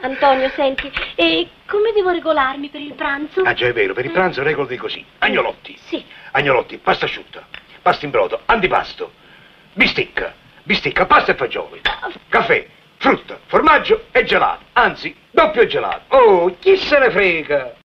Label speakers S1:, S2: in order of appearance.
S1: Antonio, senti, e come devo regolarmi per il pranzo?
S2: Ah già è vero, per il pranzo regolati così. Agnolotti.
S1: Sì.
S2: Agnolotti, pasta asciutta, pasta in brodo, antipasto, bistecca, bistecca, pasta e fagioli, caffè, frutta, formaggio e gelato. Anzi, doppio gelato. Oh, chi se ne frega?